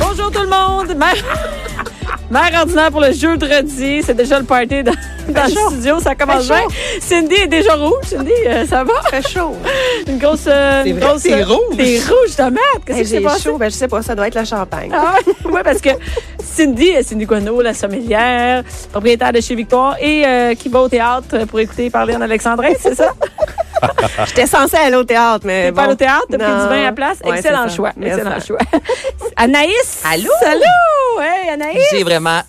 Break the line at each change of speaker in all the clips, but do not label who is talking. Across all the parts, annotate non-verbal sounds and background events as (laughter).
Bonjour tout le monde. Mère, (laughs) Mère ordinaire pour le jeudi. C'est déjà le party dans, dans le
chaud.
studio. Ça commence
Fait
bien.
chaud.
Cindy est déjà rouge. Cindy, euh, ça va?
Très (laughs) chaud.
Une grosse. euh,
C'est
une
vrai
grosse
que t'es rouge.
T'es rouge, tomate. Qu'est-ce
Hey,
qui s'est
J'ai
passé?
chaud. Ben, je sais pas, ça doit être la champagne.
Ah, oui, parce que Cindy, euh, Cindy Guano, la sommelière, propriétaire de chez Victoire et euh, qui va au théâtre pour écouter parler en Alexandrin, c'est
(laughs)
ça?
J'étais censée aller au théâtre, mais
T'es
bon.
pas allée au théâtre, t'as pris
Non.
du vin à la place.
Ouais,
Excellent
c'est ça.
choix.
Merci.
Excellent choix. (laughs) Anaïs!
Allô?
Allô! Hey, Anaïs!
J'ai vraiment.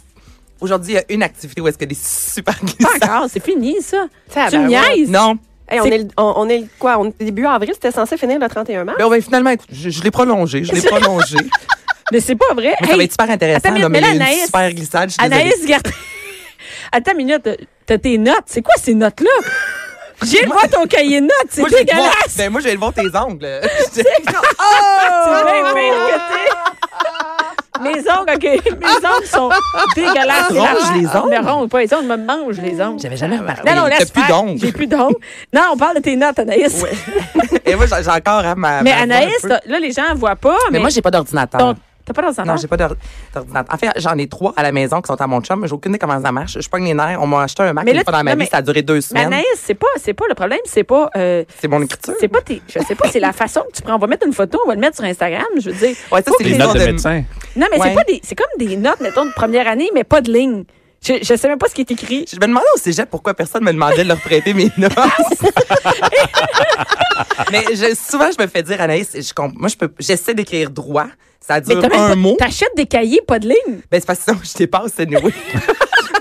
Aujourd'hui, il y a une activité où est-ce qu'il y a des super (laughs)
Pas
glissades.
encore, c'est fini, ça. Tu me
Tabarouette.
niaises?
Ah, ben Non.
Hey, on,
C'est-
est le, on, on est le- quoi? On est début avril, c'était censé finir le 31 mars.
Ben, ben, finalement, écoute, je, je l'ai
(laughs)
prolongé. Je l'ai prolongé.
Mais c'est pas vrai.
Mais ça
Hey,
va être super intéressant.
attends une
là, mais
minute, mais
il y
là,
a une
Anaïs-
super glissade. Je suis désolée.
Anaïs, garde. (laughs) Attends une minute, t'as tes notes. C'est quoi ces notes-là?
(laughs)
J'ai le voir ton cahier de notes, c'est
Moi, je vais le voir.
dégueulasse!
Ben, moi, je vais le voir tes ongles.
(laughs)
(laughs) Oh!
C'est bien pire
(laughs)
que t'es. Mes ongles, OK. Mes ongles sont dégueulasses. C'est la
Ronge
vache.
les ongles?
Mais ronge pas les ongles, me mange les ongles.
J'avais jamais remarqué.
Non, non,
T'as
laisse
plus
faire.
d'ongles.
J'ai plus d'ongles. Non, on parle de tes notes, Anaïs.
Et moi, j'ai j'ai encore hein, ma.
Mais
ma voix un
Anaïs,
peu.
t'as- ah. là, les gens ne voient pas. Mais,
Mais moi, j'ai pas d'ordinateur.
ton- T'as pas dans un
Non, j'ai pas d'or- d'ordinateur. En fait, j'en ai trois à la maison qui sont à mon chum, mais j'ai aucune idée comment ça marche. Je pogne les nerfs. On m'a acheté un Mac
Mais
une
là,
fois dans ma
non,
vie.
mais-
Ça a duré deux semaines.
Anaïs, c'est pas, c'est pas le problème, c'est pas. euh,
C'est mon écriture.
C'est pas tes. Je sais pas, c'est la façon que tu prends. On va mettre une photo, on va le mettre sur Instagram. Je veux dire.
Ouais, ça,
faut que
c'est
Les
les
notes de
ordres de-
médecin.
Non, mais c'est
Ouais.
pas des. C'est comme des notes, mettons, de première année, mais pas de ligne. Je, je sais même pas ce qui est écrit.
Je me demandais au cégep pourquoi personne me demandait de leur prêter mes notes.
(laughs)
mais je- souvent, je me fais dire, Anaïs, je, comp- moi, je peux, j'essaie d'écrire droit. Ça
Mais
dure
t'as même
un
pas-
mot.
T'achètes des cahiers, pas de ligne.
Ben, c'est parce que sinon, je
(laughs)
dépasse, anyway.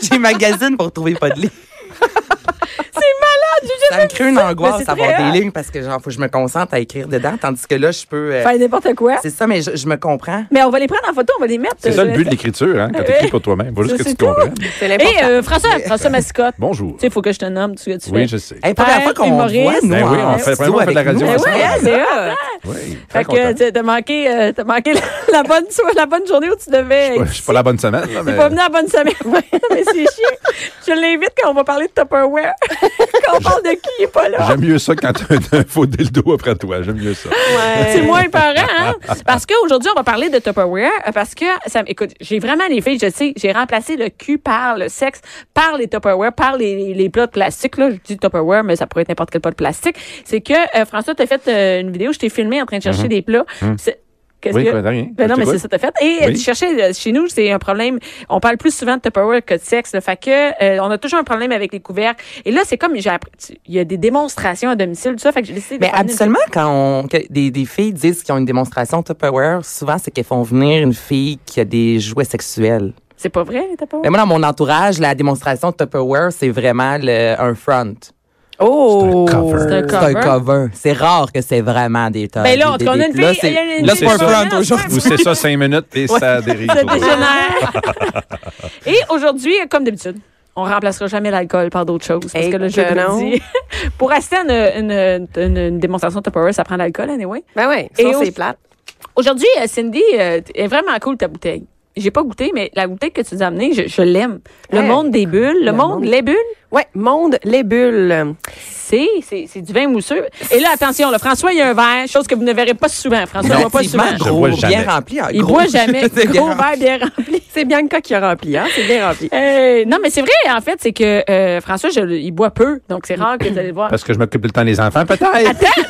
J'ai magazine pour trouver pas de ligne.
C'est malade, j'ai
Ça me
jamais
crée une
c'est hein?
angoisse
très
d'avoir
hot.
des lignes parce que, genre, faut que je me concentre à écrire dedans, tandis que là, je peux. euh,
fait n'importe quoi.
c'est ça, mais je, je me comprends.
Mais on va les prendre en photo, on va les mettre.
C'est
euh,
ça
sur
le but de
Insta.
l'écriture, hein, quand
Oui.
t'écris pour toi-même. Faut juste
Ça,
que tu Eh,
c'est tout.
comprennes.
C'est
Et
l'important.
euh, François,
(laughs)
François Mascotte.
Bonjour.
Tu sais, il faut que je te nomme, tu, tu fais.
Oui, je sais.
Hey, première fois qu'on voit,
humoriste.
nous,
Ben oui,
en
on fait-
studio
on fait de la
avec
radio
nous,
Ben
ensemble.
ouais,
ensemble.
c'est hot.
Oui, très
Fait que
content.
tu- t'as manqué, euh, t'as manqué la, (laughs) la bonne soirée, la bonne journée où tu devais.
Ouais, Je suis pas la bonne semaine, là, mais
T'es pas venu à la bonne semaine. (laughs) Ouais, non, mais c'est chiant. Je l'invite quand on va parler de Tupperware. (laughs) quand on parle de qui, il est pas là.
j'aime mieux ça quand t'as un (laughs) faux dildo après toi. J'aime mieux ça.
Ouais.
(laughs) C'est moins parent, hein? Parce qu'aujourd'hui, on va parler de Tupperware. euh, Parce que, ça, m- écoute, j'ai vraiment les filles, je sais, j'ai remplacé le cul par le sexe, par les Tupperware, par les, les plats de plastique. Là, je dis Tupperware, mais ça pourrait être n'importe quel plat de plastique. C'est que, euh, François, t'as fait euh, une vidéo, je t'ai filmé en train de chercher des plats. C'est- Qu'est-ce
Mhm. Oui,
que-
quoi, t'as rien.
Ben non,
Je
mais c'est
t'écoute.
ça, t'as fait. Et euh,
Oui.
tu cherchais, euh, chez nous, c'est un problème. On parle plus souvent de Tupperware que de sexe. Le fait que, euh, on a toujours un problème avec les couverts. Et là, c'est comme, j'ai appris- tu- il y a des démonstrations à domicile, tout ça. Fait que j'ai décidé de
Mais
faire une-
habituellement, quand on, que des, des filles disent qu'ils ont une démonstration Tupperware, souvent, c'est qu'elles font venir une fille qui a des jouets sexuels.
C'est pas vrai, les Tupperware?
Mais moi, dans mon entourage, la démonstration Tupperware, c'est vraiment le- un front.
Oh!
C'est un cover.
C'est un
C'est
cover.
un cover. C'est rare que c'est vraiment des Tupperware.
Ben là, en tout cas, on a une
Là,
fille- il y a
c'est
une
là, c'est
fille
pas
qui
se
un front
promène
aujourd'hui.
Ou c'est ça cinq minutes et ça dérive.
Ça
sur toi.
dégénère. Ah, (laughs) Et aujourd'hui, comme d'habitude, on remplacera jamais l'alcool par d'autres choses. Parce
Eh
que le
que non.
jeudi, (laughs) pour assister à une, une, une, une démonstration Tupperware, ça prend de l'alcool, anyway.
Ben oui,
Et
sinon
au-
c'est plate.
Aujourd'hui, euh, Cindy, euh, est vraiment cool ta bouteille. J'ai pas goûté, mais la bouteille que tu nous as amenée, je, je l'aime. Le
Ouais.
monde des bulles, le,
Le
monde,
monde.
les bulles,
Ouais, monde, les bulles.
c'est, c'est, c'est du vin mousseux. Et là, attention, le François, il y a un verre, chose que vous ne verrez pas souvent. François, ne voit pas souvent.
Effectivement,
Je
gros,
vois jamais.
bien rempli. hein,
Il
gros.
boit (laughs) jamais.
(laughs) C'est bien
Gros
rempli.
verre bien rempli.
C'est Bianca qui a rempli, hein? C'est bien rempli.
Euh, non, mais c'est vrai, en fait, c'est que euh, François, je- il boit peu, donc c'est rare que vous allez le voir.
Parce que je m'occupe tout le temps des enfants, peut-être.
Attends,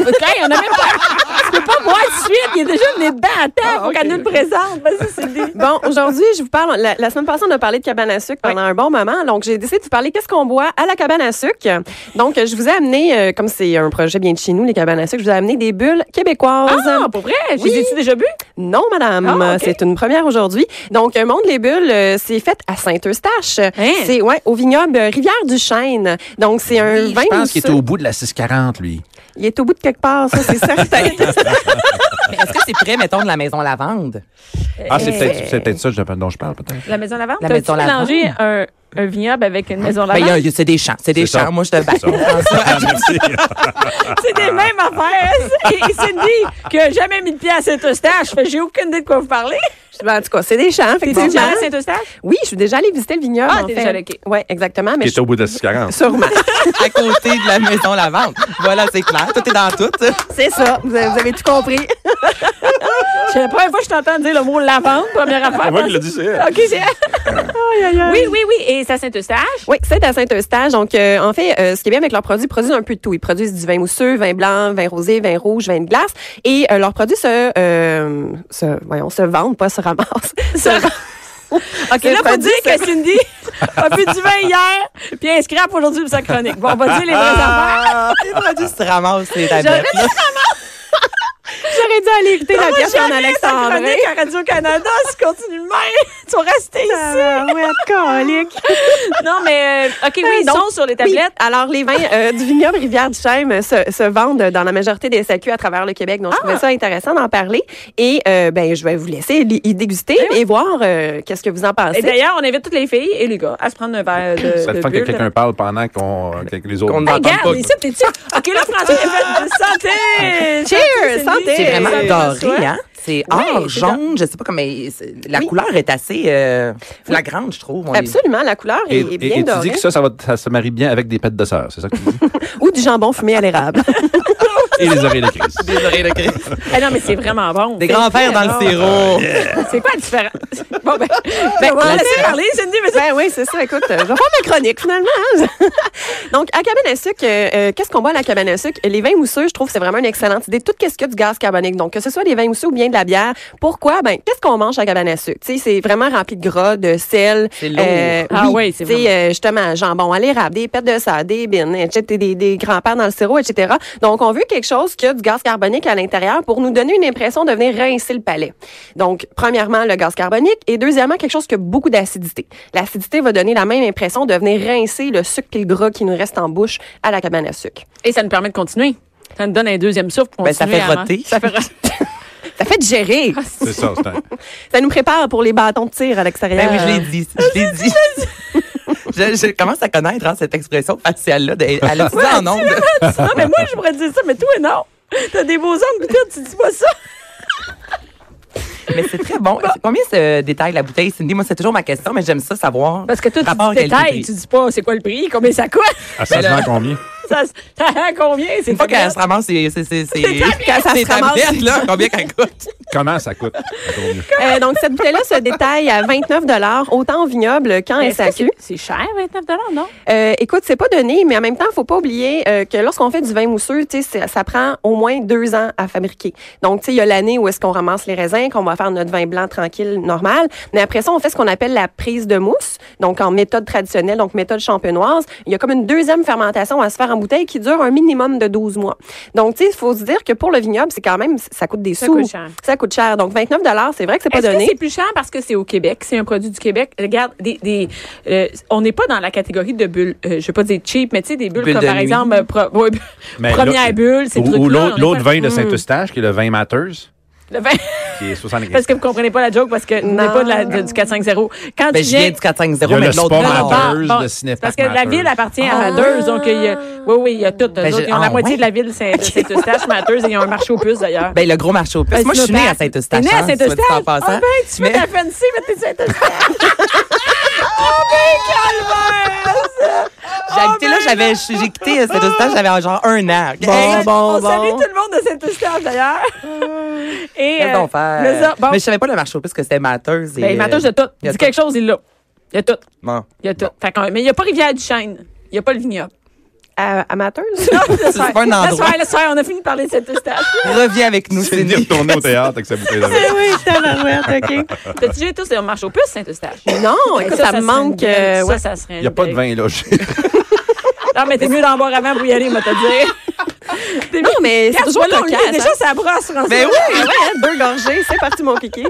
OK, on a même pas. Tu peux pas boire tout de suite, il est déjà venu dedans. Attends, Ah,
Ah,
faut qu'elle nous le présente. Vas-y, Cindy.
Ah, (laughs) Bon, aujourd'hui, je vous parle. La, la semaine passée, on a parlé de cabane à sucre pendant un bon moment. Donc, j'ai décidé de vous parler qu'est-ce qu'on boit à la cabane à sucre. Donc, je vous ai amené, euh, comme c'est un projet bien de chez nous, les cabanes à sucre, je vous ai amené des bulles québécoises.
Ah, pour vrai?
Oui.
J'ai-tu déjà bu?
Non, madame,
Ah, ok.
c'est une première aujourd'hui. Donc, un Monde les Bulles, euh, c'est fait à Saint-Eustache.
Hein?
C'est ouais, au vignoble Rivière-du-Chêne. Donc, c'est un
Oui,
vin
Je pense qu'il
mousseux.
était au bout de la 640, lui.
Il est au bout de quelque part, ça,
(laughs)
c'est certain.
Mais Est-ce que c'est près, mettons, de la maison Lavande?
Ah, c'est peut-être c'est peut-être ça dont je parle, peut-être.
La maison Lavande?
La
T'as-tu
Maison Lavande.
mélangé un, un vignoble avec une maison
Ben, il y
Lavande?
a- c'est des champs. C'est des
C'est ça.
champs. Moi, je te bats. (laughs)
C'est ça.
C'est des mêmes (laughs) affaires. Et, et Cindy, qui a jamais mis de pied à Saint-Eustache, fait, j'ai aucune idée de quoi vous parlez.
Ben, en tout cas, c'est des champs,
T'es-tu déjà
effectivement.
à Saint-Eustache?
Oui, je suis déjà allée visiter le vignoble.
Ah,
en
t'es
fait.
déjà allée, ok.
Oui, exactement. Mais
Qui est au bout de 640.
Sûrement.
à côté de la maison Lavande. Voilà, c'est clair. Tout est dans tout.
c'est ça. Vous avez, vous avez tout compris.
C'est la première fois que je t'entends dire le mot lavande, première
Ah,
affaire.
Moi qui l'ai dit, c'est elle.
Ah, OK,
(laughs)
c'est... Oui, oui, oui. Et c'est à Saint-Eustache?
Oui, c'est à Saint-Eustache. Donc, euh, en fait, euh, ce qui est bien avec leurs produits, ils produisent un peu de tout. Ils produisent du vin mousseux, vin blanc, vin rosé, vin rouge, vin de glace. Et euh, leurs produits se, euh, se, voyons, se vendent, pas se ramassent. (laughs) se vendent. OK,
C'est là, faut dire que Cindy a bu du vin hier, puis elle scrape aujourd'hui pour sa chronique. Bon, on va dire les vraies
Ah!
affaires.
les produits se ramassent, les tablettes. là.
J'aurais dû aller écouter la pièce en
Jamais sa
Alexandre.
chronique à Radio-Canada si tu continues de même. Tu vas rester
Ah,
ici. Non, mais, euh, OK, oui, ils
Donc,
sont sur les tablettes.
Oui. Alors, les vins euh, du vignoble Rivière-du-Chême euh, se, se vendent dans la majorité des SAQ à travers le Québec. Donc, je trouvais ça intéressant d'en parler. Et euh, ben, je vais vous laisser li- y déguster et, voir euh, qu'est-ce que vous en pensez.
Et d'ailleurs, on invite toutes les filles et les gars à se prendre un verre de,
Ça
de
te fait que
bulle.
quelqu'un parle pendant qu'on, que les autres.
Qu'on
Hey,
n'entende
regarde,
pas.
mais ici, t'es-tu? OK, là, François, elle fait de santé!
Cheers,
Cindy.
santé.
C'est
Ça
vraiment
me
doré,
reçoit.
hein? C'est
Oui,
or,
c'est
jaune, je sais pas comment. mais c'est- La
Oui.
couleur est assez euh, flagrante, je trouve. On est-
Absolument, la couleur est,
Et,
est
et-
bien
et tu
dorée.
dis que ça, ça, va, ça se marie bien avec des pets de sœur, c'est ça que tu dis?
Ou du jambon fumé à l'érable.
et les oreilles de crise.
Des oreilles de Christ.
Ah non, mais c'est vraiment bon.
(laughs) Des
C'est
grands-pères dans
très
le
bon.
sirop.
(laughs) C'est quoi la différence? Bon, (laughs) ben, ben on va laisser parler, Cindy, mais ça...
(laughs) Ben oui, c'est ça. Écoute, euh, je vais faire ma chronique finalement. hein. (laughs) Donc, à cabane à sucre, euh, euh, qu'est-ce qu'on boit à la cabane à sucre? Les vins mousseux, je trouve, que c'est vraiment une excellente idée. Tout qu'est-ce que du gaz carbonique. Donc, que ce soit des vins mousseux ou bien de la bière. Pourquoi? Ben, qu'est-ce qu'on mange à la cabane à sucre? Tu sais, c'est vraiment rempli de gras, de sel.
C'est lourd.
Ah oui, c'est
Tu sais,
vraiment-
euh, justement, jambon à l'érable, des pertes de ça, des bines, etc., des, des grands-pères dans le sirop, etc. Donc, on veut quelque chose qui a du gaz carbonique à l'intérieur pour nous donner une impression de venir rincer le palais. Donc, premièrement, le gaz carbonique et deuxièmement, quelque chose qui a beaucoup d'acidité. L'acidité va donner la même impression de venir rincer le sucre et le gras qui nous reste en bouche à la cabane à sucre.
Et ça nous permet de continuer. Ça nous donne un deuxième souffle pour
Ben, ça
continuer
fait
à-
roter. (laughs)
Ça fait roter.
Ça fait
Ah,
digérer.
(laughs) C'est ça, c'est un.
Ça nous prépare pour les bâtons de tir à l'extérieur.
Ben oui, je l'ai dit. Je l'ai dit. (laughs) Je, je commence à connaître hein, cette expression faciale-là. de- Elle a dit en nombre. (laughs)
Non, mais moi, je pourrais dire ça, mais toi, non. T'as des beaux ongles, pis toi, tu dis pas ça.
Mais c'est très bon. C'est Combien se détaille la bouteille, Cindy? Moi, c'est toujours ma question, mais j'aime ça savoir.
Parce que toi,
Rapport
tu dis détail,
qualité-prix.
tu dis pas c'est quoi le prix, combien ça coûte, (laughs)
À ça se
là-
vend combien?
ça, ça a combien, c'est
Une fois qu'elle
tablette.
se ramasse, c'est. c'est- c'est-
(laughs)
c'est-
Quand ça
c'est
se ramasse,
tablette, là, combien qu'elle coûte?
Comment
(laughs)
ça coûte? Encore mieux.
Euh, donc, cette bouteille-là se détaille à 29 autant en vignoble qu'en
Mais est-ce que
SAQ.
c'est- C'est cher, 29 non?
Euh, écoute, c'est pas donné, mais en même temps, faut pas oublier euh, que lorsqu'on fait du vin mousseux, tu sais, ça, ça prend au moins deux ans à fabriquer. Donc, tu sais, il y a l'année où est-ce qu'on ramasse les raisins, qu'on va faire notre vin blanc tranquille, normal. Mais après ça, on fait ce qu'on appelle la prise de mousse, donc en méthode traditionnelle, donc méthode champenoise. Il y a comme une deuxième fermentation à se faire en bouteille qui dure un minimum de 12 mois. Donc, tu sais, il faut se dire que pour le vignoble, c'est quand même, ça coûte des
Ça
sous.
coûte cher.
Ça coûte cher. Donc, 29 c'est vrai que c'est pas
Est-ce que
donné.
c'est plus cher parce que c'est au Québec, c'est un produit du Québec? Regarde, des, des, euh, on n'est pas dans la catégorie de bulles, euh, je veux pas dire cheap, mais tu sais, des bulles
Bulles
comme
de
par
nuit.
exemple, euh, pro- ouais, bu-
Mais
première
là-
bulle, ces
Ou,
trucs-là.
ou
on
l'autre
est
l'autre
pas- Hmm.
vin de Saint-Eustache, qui est le vin Matters,
Le vin- (laughs)
qui est 75.
parce que vous comprenez pas la joke, parce que n'est
Non.
pas de la, de- du 450. Quand
Ah. Ben,
tu
je
viens...
viens du 450,
Il y a
mais
le
de l'autre
sport
bord.
Ah,
Matters
bon,
de Cinépark
parce que la
Matters.
ville appartient à
Ah.
Matters, donc il y a, oui, oui, il y a tout.
Ben,
eux
je-
autres, ils ont la
ah,
moitié
ouais.
de la ville de Saint- de Saint-Eustache, Matters, et ils ont un marché aux puces d'ailleurs.
Ben, le gros marché aux puces.
Ben,
Moi, je suis née à
Saint-Eustache. T'es
Saint-Eustache.
née à
hein, soit dit en
Saint-Eustache?
passant.
Ah, ben, tu fais
Mais- (laughs)
ta fancy, mais t'es Saint-Eustache. oh, ben, calvaire! Oh, ben,
J'ai habité là, j'avais, j'ai quitté euh, cet hostage, j'avais genre un an. Hey,
On salue tout le monde de Saint-Eustache, d'ailleurs. Et,
Qu'est-ce qu'on
euh, mais ça,
fait?
bon,
Mais je savais pas le marché aux puces que c'était Matheuse. et, euh,
ben, il m'attend, j'ai tout.
il y a
Dis quelque chose, il l'a. Il y a tout.
Bon.
Il y a tout. Fait qu'on- mais il n'y a pas Rivière-du-Chêne. Il n'y a pas le vignoble.
À- amateur?
(laughs) Laisse
pas un
faire, laisse
endroit.
faire, laisse faire. On a fini de parler de Saint-Eustache.
(laughs) Reviens avec nous,
C'est
Cindy.
venir tourner au théâtre
(laughs)
avec sa bouteille de vin.
oui, tabarouette, OK.
T'as-tu déjà tous les marches aux puces, Saint-Eustache?
Non,
Ben,
écoute, ça, me
serait une
manque.
belle-
euh, ouais.
Ça, ça serait
Il n'y a
une
pas de
belle- (laughs)
vin logé.
Non, mais t'es mieux d'en boire avant pour y aller, moi, te dire. T'es
Non,
mieux-
mais c'est
Regarde,
toujours
voilà, on le
cocasse,
lit déjà,
hein.
ça brosse, François.
Ben oui!
Ah ouais, hein, deux gorgées, c'est parti mon kiki.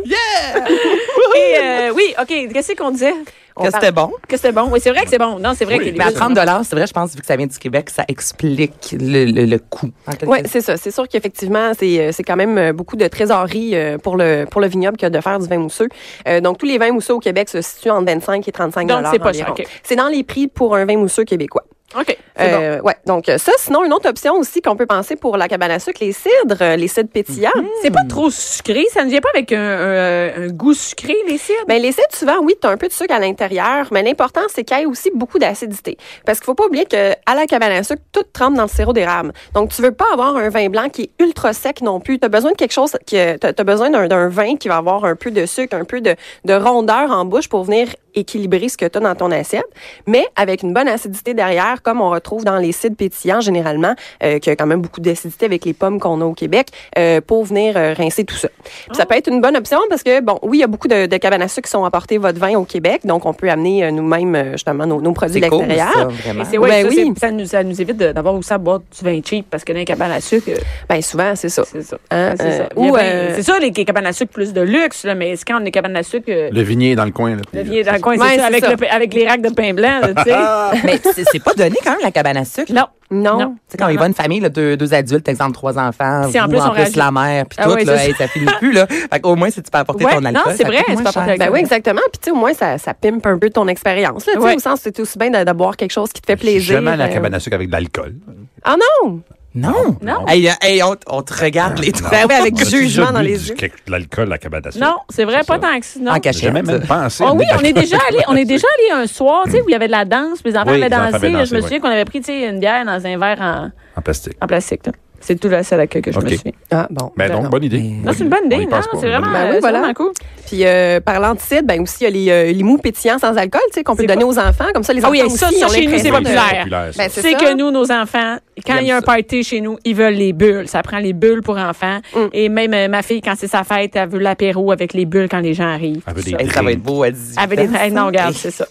Et, euh, oui, OK, qu'est-ce qu'on disait?
Que c'était bon.
Que c'était bon. Oui, c'est vrai que c'est bon. Non, c'est vrai
Oui,
que les
Mais à
bulles-
30 c'est vrai, je pense, vu que ça vient du Québec, ça explique le, le, le coût. en quelque
Oui,
sorte.
c'est ça. C'est sûr qu'effectivement, c'est euh, c'est quand même euh, beaucoup de trésorerie euh, pour le pour le vignoble que de faire du vin mousseux. Euh, donc tous les vins mousseux au Québec se situent entre 25 et 35
Donc, c'est pas cher,
environ.
OK.
C'est dans les prix pour un vin mousseux québécois.
OK.
Euh, Ouais. Donc euh, ça, sinon une autre option aussi qu'on peut penser pour la cabane à sucre, les cidres, euh, les cidres pétillants.
C'est
Hmm.
pas trop sucré. Ça ne vient pas avec un, un- un goût sucré, les cidres?
Ben, les cidres, souvent, oui, tu as un peu de sucre à l'intérieur, mais l'important, c'est qu'il y ait aussi beaucoup d'acidité. Parce qu'il faut pas oublier que à la cabane à sucre, tout trempe dans le sirop d'érable. Donc, tu veux pas avoir un vin blanc qui est ultra sec non plus. Tu as besoin de quelque chose, qui, tu as, besoin d'un, d'un vin qui va avoir un peu de sucre, un peu de, de rondeur en bouche pour venir équilibrer ce que tu as dans ton assiette, mais avec une bonne acidité derrière, comme on retrouve dans les cidres pétillants généralement, euh, qui a quand même beaucoup d'acidité avec les pommes qu'on a au Québec, euh, pour venir euh, rincer tout ça. Puis
Ah.
ça peut être une bonne option parce que, bon, oui, il y a beaucoup de, de cabanes à sucre qui sont apportées votre vin au Québec, donc on peut amener euh, nous-mêmes euh, justement nos, nos produits
C'est cool,
d'extérieur.
ça, vraiment.
Et c'est- ouais,
Ben
ça,
oui.
c'est- ça, nous, ça nous évite de- d'avoir aussi à boire du vin cheap parce que dans les cabanes à sucre, euh,
Ben souvent, c'est ça.
c'est ça.
Hein,
C'est ça.
euh,
Il y a
ou,
bien-
euh,
c'est ça, les les cabanes à sucre plus de luxe, là, mais c'est quand on est cabane à sucre, euh,
Le vignier est dans le coin. Là,
le vieil dans le coin,
Ouais,
c'est
c'est
ça, avec,
ça.
le pa- avec les racks de pain blanc, là, tu sais.
Ah.
Mais c'est c'est pas donné quand même la cabane à sucre.
Non.
Non.
Non.
Tu sais, quand il va une famille, là, deux, deux adultes, exemple, trois enfants,
Si, en
vous,
plus, on rajoute-
la mère, puis
Ah
tout,
ouais,
là,
c'est
hey, ça finit plus, là. Fait qu'au moins, si tu peux apporter
Ouais,
ton
non,
alcool,
c'est
ça
vrai,
coûte
tu
moins
peux
cher.
apporter-
Ben oui, exactement. Puis tu sais, au moins, ça, ça pimpe un peu ton expérience. là, tu sais,
Ouais.
Au sens, c'est aussi bien de, de boire quelque chose qui te fait
J'ai
plaisir.
Jamais à la
euh,
cabane à sucre avec de l'alcool.
Ah non!
Non!
Non.
Hey, euh, hey, on, t- on te regarde les trois.
Ben oui,
(laughs)
avec
On
du
a-tu
jugement
déjà
dans
bu
les
du-
yeux.
quelque- de l'alcool à la cabane à sucre.
Non, c'est vrai,
C'est
pas
ça.
tant que ça. non.
En
J'ai
cachette.
jamais même pensé.
Ah
à
oui,
des-
on est déjà allé, on est déjà allé un soir, tu sais, où il y avait de la danse, puis les enfants
Oui,
avaient
les enfants
dansé.
avaient
là,
dansé,
je me
oui.
souviens qu'on avait pris, tu sais, une bière dans un verre en,
En plastique.
en plastique. là. C'est tout la seule à que je
Ok.
me souviens.
Ah bon.
Ben donc, bonne idée.
Mais-
Non, c'est une bonne
On
idée,
y
non?
pense pas,
C'est
on y
vraiment,
pense pas.
euh,
Ben oui,
c'est
voilà.
vraiment cool.
Puis euh, parlant de cidre, ben aussi il y a les, euh, les mous pétillants sans alcool, tu sais, qu'on peut
C'est
donner aux enfants. Comme ça, les
Ah
enfants
oui, ça,
aussi
ça,
ont
chez nous, c'est
l'impression de-
populaire.
ça.
Ben,
Tu
c'est
sais
ça.
que nous, nos enfants, quand
Ils
il y a
aiment
un
ça.
party chez nous, ils veulent les bulles. Ça prend les bulles pour enfants.
Mm.
Et même euh, ma fille, quand c'est sa fête, elle veut l'apéro avec les bulles quand les gens arrivent.
Elle
tout
veut des
ça.
Hey, ça va être beau à 18
Elle veut des-
ans.
Hey, non, regarde,
(laughs)
c'est ça.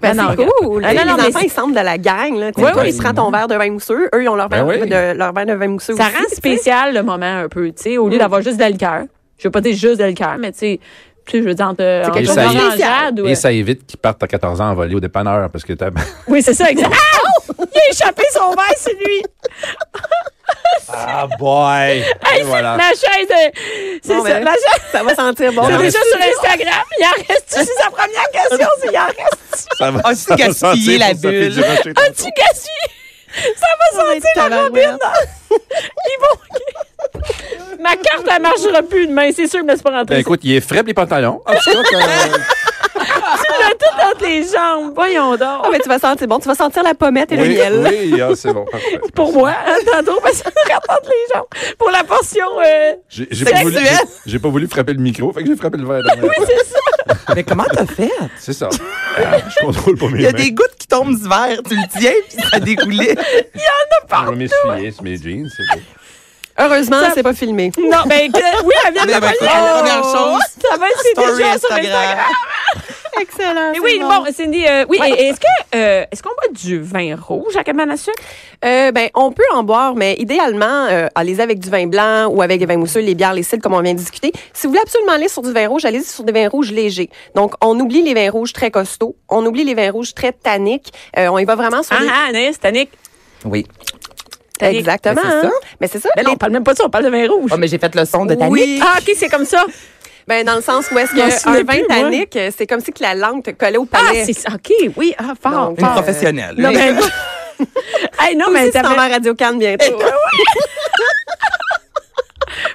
Ben,
Non, non,
c'est
regarde.
cool.
Ah, non, non,
les
mais
enfants,
c'est-
ils semblent de la gang. Là, tu sais,
Ouais,
toi,
oui.
ils se prennent ton verre de vin mousseux. Eux, ils ont leur verre,
Ben oui.
de, leur verre de vin mousseux
Ça
aussi,
rend
tu sais. Mm.
spécial le moment un peu, tu sais, au lieu d'avoir juste de la liqueur. Je veux pas dire juste de la liqueur, mais tu sais, tu sais, je veux dire entre, euh,
quelque
entre
chose de
orangeade
spécial.
ou, euh,
Et ça évite qu'ils partent à 14 ans en volée au dépanneur parce que t'as.
Oui, c'est ça,
(laughs)
exact. Ah! Il a échappé son verre, c'est lui.
(laughs) Ah, boy! Et
(laughs)
voilà.
La chaise, euh, c'est
Bon,
ça,
ben, (laughs)
la chaise.
Ça va sentir bon.
C'est
Il en
déjà
reste-
sur Instagram. Il en reste, c'est (laughs) sa première question, c'est il en reste.
Ça va.
Ah, c'est
ça va
gaspiller
sentir
la
pour Sophie
bulle.
Durocher.
Tu gaspilles. Ça va sentir la
tabarouette.
robine. (laughs) Ils vont. Ma carte, elle marchera plus demain, c'est sûr, mais c'est pas
Ben,
rentré.
écoute, il est frais pour les pantalons. En tout cas, que-
Tu l'as tout entre les jambes. Voyons donc.
Ah, mais tu vas sentir bon. Tu vas sentir la pommette et le
oui,
miel.
oui, ah, c'est bon. parfait.
(laughs) Pour moi, hein, tantôt, parce que ça rentre entre les jambes. Pour la portion. euh, (laughs)
J'ai j'ai pas, voulu-
sexuel.
j'ai- j'ai pas voulu frapper le micro, fait que j'ai frappé le verre. dans la-
c'est ça.
(laughs) Mais comment t'as fait?
C'est ça. Ah, je contrôle pas mes
Il y a
mains.
des gouttes qui tombent du verre, tu le tiens, puis ça dégoulait.
Je vais m'essuyer sur mes jeans, c'est beau.
Heureusement,
Ça-
c'est pas
(laughs)
filmé.
Non, ben, que- oui, elle vient de
Mais
la Oh,
ben, écoute, la première chose,
Ça va être c'est
Story
déjà sur
Instagram.
Instagram.
Excellent.
Mais oui, bon, Cindy, euh, oui,
Ouais.
et- est-ce que euh, est-ce qu'on boit du vin rouge à cabane à sucre?
Euh, ben, on peut en boire, mais idéalement, euh, allez-y avec du vin blanc ou avec des vins mousseux, les bières, les cidres, comme on vient de discuter. Si vous voulez absolument aller sur du vin rouge, allez-y sur des vins rouges légers. Donc, on oublie les vins rouges très costauds, on oublie les vins rouges très tanniques. Euh, on y va vraiment sur
Ah,
des-
ah, Anaïs, Tannic.
Oui.
tanniques.
Exactement.
Ben, c'est
hein. Mais c'est ça.
Ben non, on
les-
parle même pas de ça, on parle de vin rouge.
Oh, mais j'ai fait le son de ta
Oui.
Ah, OK, c'est comme ça.
ben, dans le sens où est-ce
Je m'en souviens
qu'un vin
plus, moi.
tannique, euh, c'est comme si que la langue te collait au
Ah,
palais.
c'est OK, oui, ah, fort,
Donc,
Une
fort.
prof-
professionnelle.
Non, mais...
(laughs)
hey, non, mais
si tu t'en
t'avais-
vas à Radio Cannes bientôt.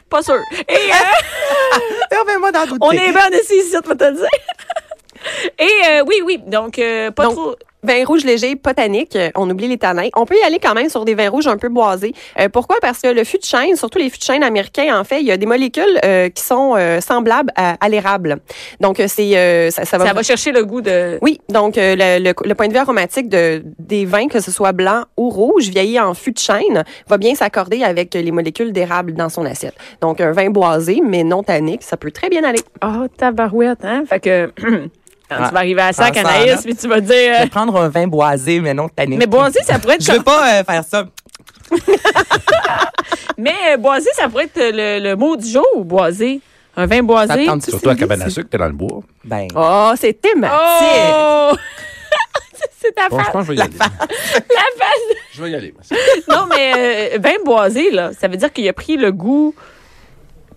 pas sûr. Et, euh,
(laughs) moi dans douter.
on est bien ici, ici, on va te le dire. (laughs) Et euh, oui, oui, donc euh, pas
Donc,
trop...
Vin rouge léger, pas tannique, euh, on oublie les tanins. On peut y aller quand même sur des vins rouges un peu boisés. Euh, pourquoi? Parce que le fût de chêne, surtout les fûts de chêne américains, en fait, il y a des molécules euh, qui sont euh, semblables à, à l'érable. Donc, euh, c'est euh, ça,
Ça va chercher le goût de...
oui, donc euh, le, le- le point de vue aromatique de, des vins, que ce soit blanc ou rouge, vieilli en fût de chêne, va bien s'accorder avec euh, les molécules d'érable dans son assiette. Donc, un vin boisé, mais non tannique, ça peut très bien aller.
Oh, tabarouette, hein? Fait que... (clears throat) Quand
Ah,
tu vas arriver à ça,
prends ça en
Anaïs,
note.
puis tu vas dire...
Je
euh,
vais prendre un vin boisé, mais non tannique.
mais boisé, ça pourrait être
Je veux pas euh, faire ça.
Mais euh, boisé, ça pourrait être le, le mot du jour, boisé. Un vin
Ça
boisé.
te tente-tu,
(laughs) Surtout à
Sylvie,
cabane à
c'est-
sucre, t'es dans le bois.
Ben,
(laughs)
Oh, c'est thématique!
Oh! C'est- (laughs) C'est ta
Bon, je
face.
pense que je vais y aller.
La face.
Je vais y aller.
Non, mais euh, vin boisé, là, ça veut dire qu'il a pris le goût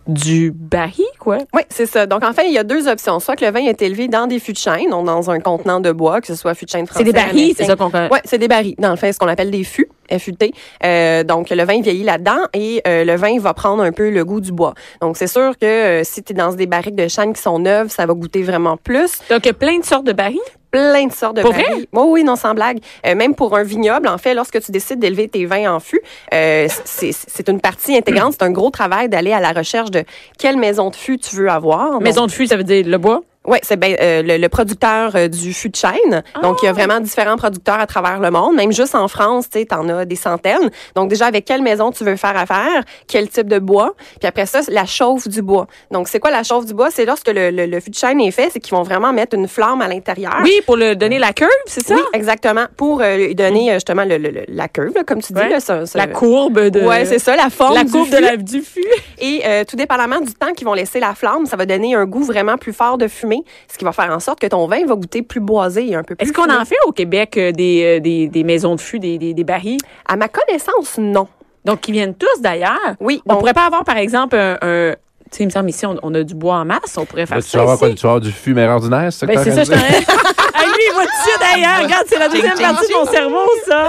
du baril, quoi.
Oui, c'est ça. Donc, en fait, il y a deux options. Soit que le vin est élevé dans des fûts de chêne, donc dans un contenant de bois, que ce soit fût de chêne français.
C'est des barils,
américain.
c'est ça qu'on connaît.
Oui, c'est des barils. Dans le fait, ce qu'on appelle des fûts, FUT. Euh, donc, le vin vieillit là-dedans et euh, le vin va prendre un peu le goût du bois. Donc, c'est sûr que euh, si tu es dans des barriques de chêne qui sont neuves, ça va goûter vraiment plus.
Donc, il y a plein de sortes de barils.
Plein de sortes de
Pour
barils. Oui, oui, non, sans blague. Euh, même pour un vignoble, en fait, lorsque tu décides d'élever tes vins en fût, euh, c'est c'est une partie intégrante. C'est un gros travail d'aller à la recherche de quelle maison de fût tu veux avoir. Donc,
Maison de fût, ça veut dire le bois.
oui, c'est ben, euh, le, le producteur euh, du fût de chêne. Donc, il
Ah!
y a vraiment différents producteurs à travers le monde. Même juste en France, tu sais, t'en as des centaines. Donc, déjà, avec quelle maison tu veux faire affaire, quel type de bois, puis après ça, la chauffe du bois. Donc, c'est quoi la chauffe du bois? C'est lorsque le, le, le fût de chêne est fait, c'est qu'ils vont vraiment mettre une flamme à l'intérieur.
Oui, pour le donner la curve, c'est ça? Mm.
Oui, exactement. Pour euh, lui donner euh, justement le, le- le- la curve, là, comme tu dis.
Ouais.
Là, ça- ça-
La courbe de.
Ouais, c'est ça, la forme
La
du
courbe de
fût.
la, du fût.
Et euh, tout dépendamment du temps qu'ils vont laisser la flamme, ça va donner un goût vraiment plus fort de fumée, ce qui va faire en sorte que ton vin va goûter plus boisé et un peu plus.
Est-ce qu'on
fumé.
en fait au Québec euh, des, euh, des, des maisons de fût, des, des, des barils?
À ma connaissance, non.
Donc, qui viennent tous d'ailleurs.
Oui,
On
donc-
pourrait pas avoir, par exemple, un. un- tu sais, il me semble ici, on, on a du bois en masse. On pourrait faire
Là, tu vas
ça.
avoir quoi?
Ici.
Tu vas avoir du fumeur ordinaire, c'est ça que
Ben,
t'as
c'est ça, je
raison?
t'en (laughs) Ah, lui, il va dessus d'ailleurs. Regarde, c'est la deuxième
Ching,
partie de mon cerveau, ça.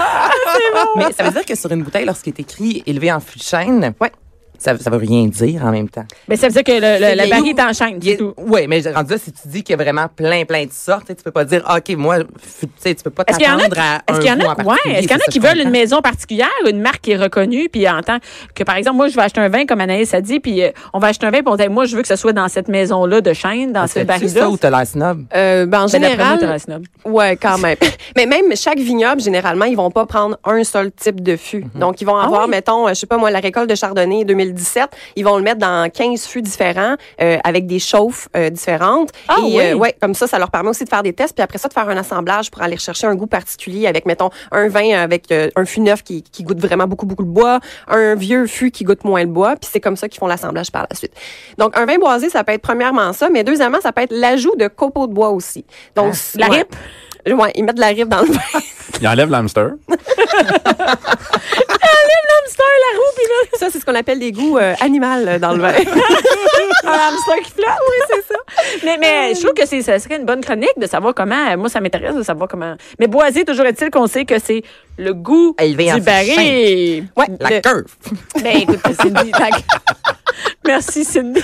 Mais ça veut dire que sur une bouteille, lorsqu'il est écrit élevé en fût de chêne, ouais. ça, ça veut rien dire en même temps.
Mais ça veut dire que le, le- la
Il-
barille est en chaîne,
Il-
c'est tout.
Ouais, mais rendu là, si tu dis qu'il y a vraiment plein, plein de sortes, tu sais, tu peux pas dire, ah, OK, moi, fût- tu sais, tu peux pas
Est-ce qu'il y en a,
t'attendre à
est-ce qu'il y en
un goût
a, ouais,
particulier,
est-ce qu'il y en
c'est
a
ça,
qui
je
veulent
comprends.
une maison particulière, une marque qui est reconnue, puis en tant que, par exemple, moi, je vais acheter un vin, comme Anaïs a dit, puis euh, on va acheter un vin, puis on dit, moi, je veux que ce soit dans cette maison-là de chaîne, dans ce
C'est
baril-là.
ça ou t'as l'air snob?
Euh, ben, en
Ben, d'après moi,
général,
t'aurais un snob.
ouais, quand même. (laughs) Mais même chaque vignoble, généralement, ils vont pas prendre un seul type de fût. Donc, ils vont avoir, mettons, euh, je sais pas moi, la récolte de Chardonnay 2017, ils vont le mettre dans 15 fûts différents, euh, avec des chauffes euh, différentes.
Ah
et,
oui.
euh, ouais, comme ça, ça leur permet aussi de faire des tests, puis après ça, de faire un assemblage pour aller chercher un goût particulier avec, mettons, un vin avec euh, un fût neuf qui, qui goûte vraiment beaucoup, beaucoup le bois, un vieux fût qui goûte moins le bois, puis c'est comme ça qu'ils font l'assemblage par la suite. Donc, un vin boisé, ça peut être premièrement ça, mais deuxièmement, ça peut être l'ajout de copeaux de bois aussi. Donc,
la
ouais.
ripe?
Ouais, ils mettent de la ripe dans le vin. (laughs)
Il enlève l'hamster.
Hamster, la roue, puis là,
ça, c'est ce qu'on appelle des goûts euh, animaux euh, dans le vin.
(laughs)
un hamster qui flotte. Oui, c'est ça. Mais, mais je trouve que c'est, ça serait une bonne chronique de savoir comment, euh, moi, ça m'intéresse de savoir comment. Mais boisé, toujours est-il qu'on sait que c'est le goût
Élevé en
du
fût de
baril.
Ouais,
La
le-
curve!
Ben, écoute, Cindy, tac. (laughs) Merci, Cindy.